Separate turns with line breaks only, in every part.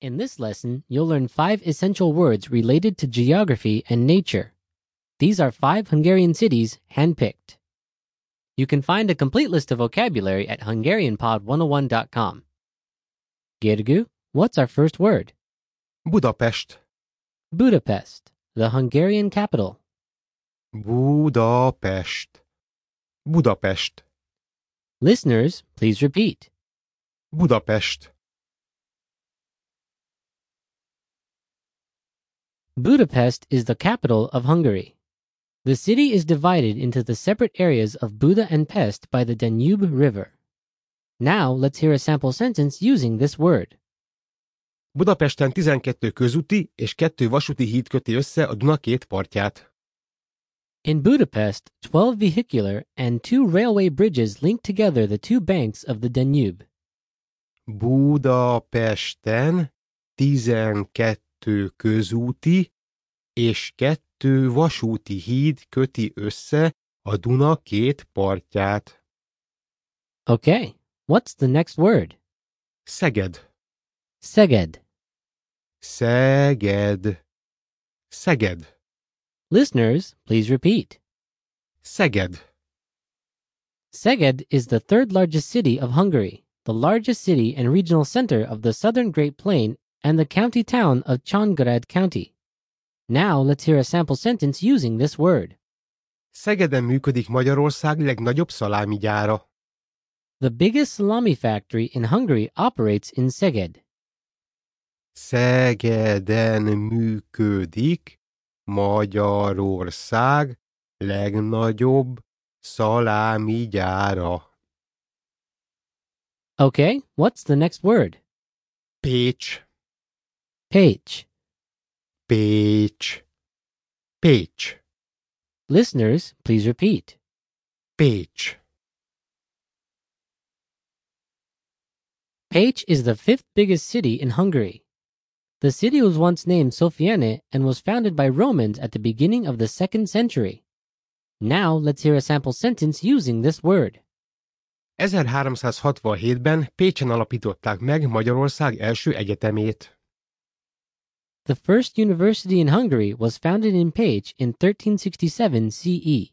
In this lesson, you'll learn five essential words related to geography and nature. These are five Hungarian cities handpicked. You can find a complete list of vocabulary at HungarianPod101.com. Gergu, what's our first word?
Budapest.
Budapest, the Hungarian capital.
Budapest. Budapest.
Listeners, please repeat.
Budapest.
Budapest is the capital of Hungary. The city is divided into the separate areas of Buda and Pest by the Danube River. Now let's hear a sample sentence using this word.
Budapesten 12 közúti és 2 vasúti híd köti össze a Duna két partját.
In Budapest, 12 vehicular and 2 railway bridges link together the two banks of the Danube.
Budapesten 12 közúti és 2 vasúti híd köti össze a Duna két partját.
Okay, what's the next word?
Szeged.
Szeged.
Szeged. Szeged.
Listeners, please repeat.
Szeged.
Szeged is the third largest city of Hungary, the largest city and regional center of the southern Great Plain, and the county town of Csongrád County. Now let's hear a sample sentence using this word.
Szegeden működik Magyarország legnagyobb szalámigyára.
The biggest salami factory in Hungary operates in Szeged.
Szegeden működik Magyarország legnagyobb szalámi gyára.
Okay, what's the next word?
Pécs,
Pécs.
Pécs, Pécs,
Listeners, please repeat.
Pécs.
Pécs is the fifth biggest city in Hungary. The city was once named Sofiane and was founded by Romans at the beginning of the second century. Now let's hear a sample sentence using this word.
1367-ben Pécsen alapították meg Magyarország első egyetemét.
The first university in Hungary was founded in Pécs in 1367 CE.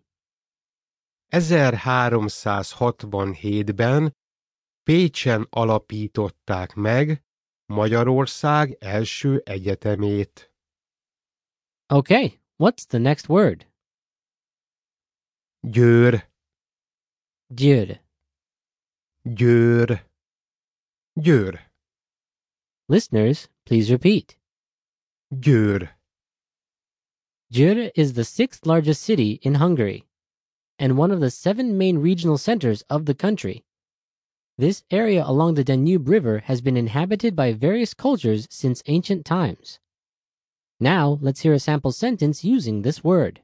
1367-ben Pécsen alapították meg Magyarország első egyetemét.
Okay, what's the next word?
Győr,
Győr.
Győr, Győr,
Listeners, please repeat.
Győr,
Győr is the sixth largest city in Hungary and one of the seven main regional centers of the country. This area along the Danube River has been inhabited by various cultures since ancient times. Now, let's hear a sample sentence using this word.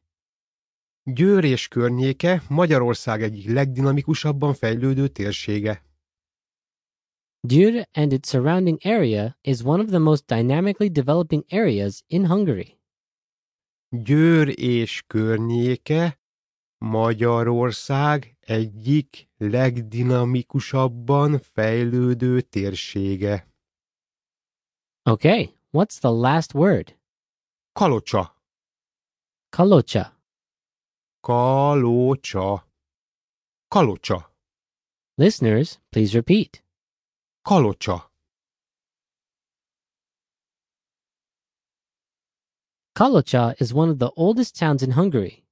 Győr és környéke Magyarország egyik legdinamikusabban fejlődő térsége.
Győr and its surrounding area is one of the most dynamically developing areas in Hungary.
Győr és környéke Magyarország egyik legdinamikusabban fejlődő térsége.
Okay, what's the last word?
Kalocsa,
Kalocsa.
Kalocsa, Kalocsa,
Listeners, please repeat.
Kalocsa.
Kalocha is one of the oldest towns in Hungary.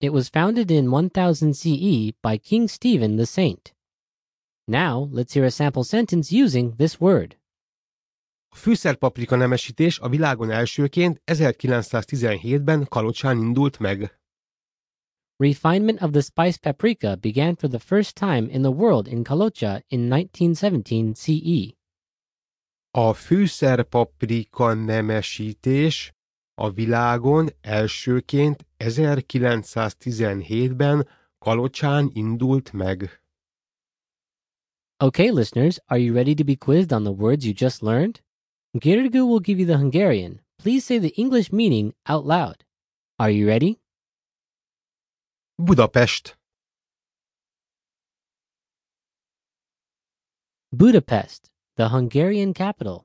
It was founded in 1000 CE E by King Stephen the Saint. Now, let's hear a sample sentence using this word.
A fűszerpaprika nemesítés a világon elsőként 1917-ben Kalocsán indult meg.
Refinement of the spice paprika began for the first time in the world in Kalocha in 1917 CE.
A fűszerpaprika nemesítés a világon elsőként 1917-ben Kalocsán indult meg.
Okay, listeners, are you ready to be quizzed on the words you just learned? Gergu will give you the Hungarian. Please say the English meaning out loud. Are you ready?
Budapest,
Budapest, the Hungarian capital.